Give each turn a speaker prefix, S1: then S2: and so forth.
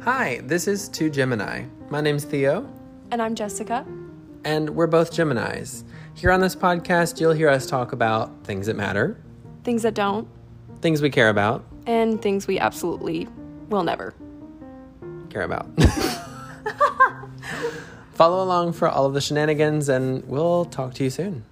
S1: Hi, this is Two Gemini. My name's Theo,
S2: And I'm Jessica.
S1: and we're both Geminis. Here on this podcast, you'll hear us talk about things that matter,
S2: Things that don't,
S1: things we care about,
S2: and things we absolutely will never.
S1: care about. Follow along for all of the shenanigans, and we'll talk to you soon.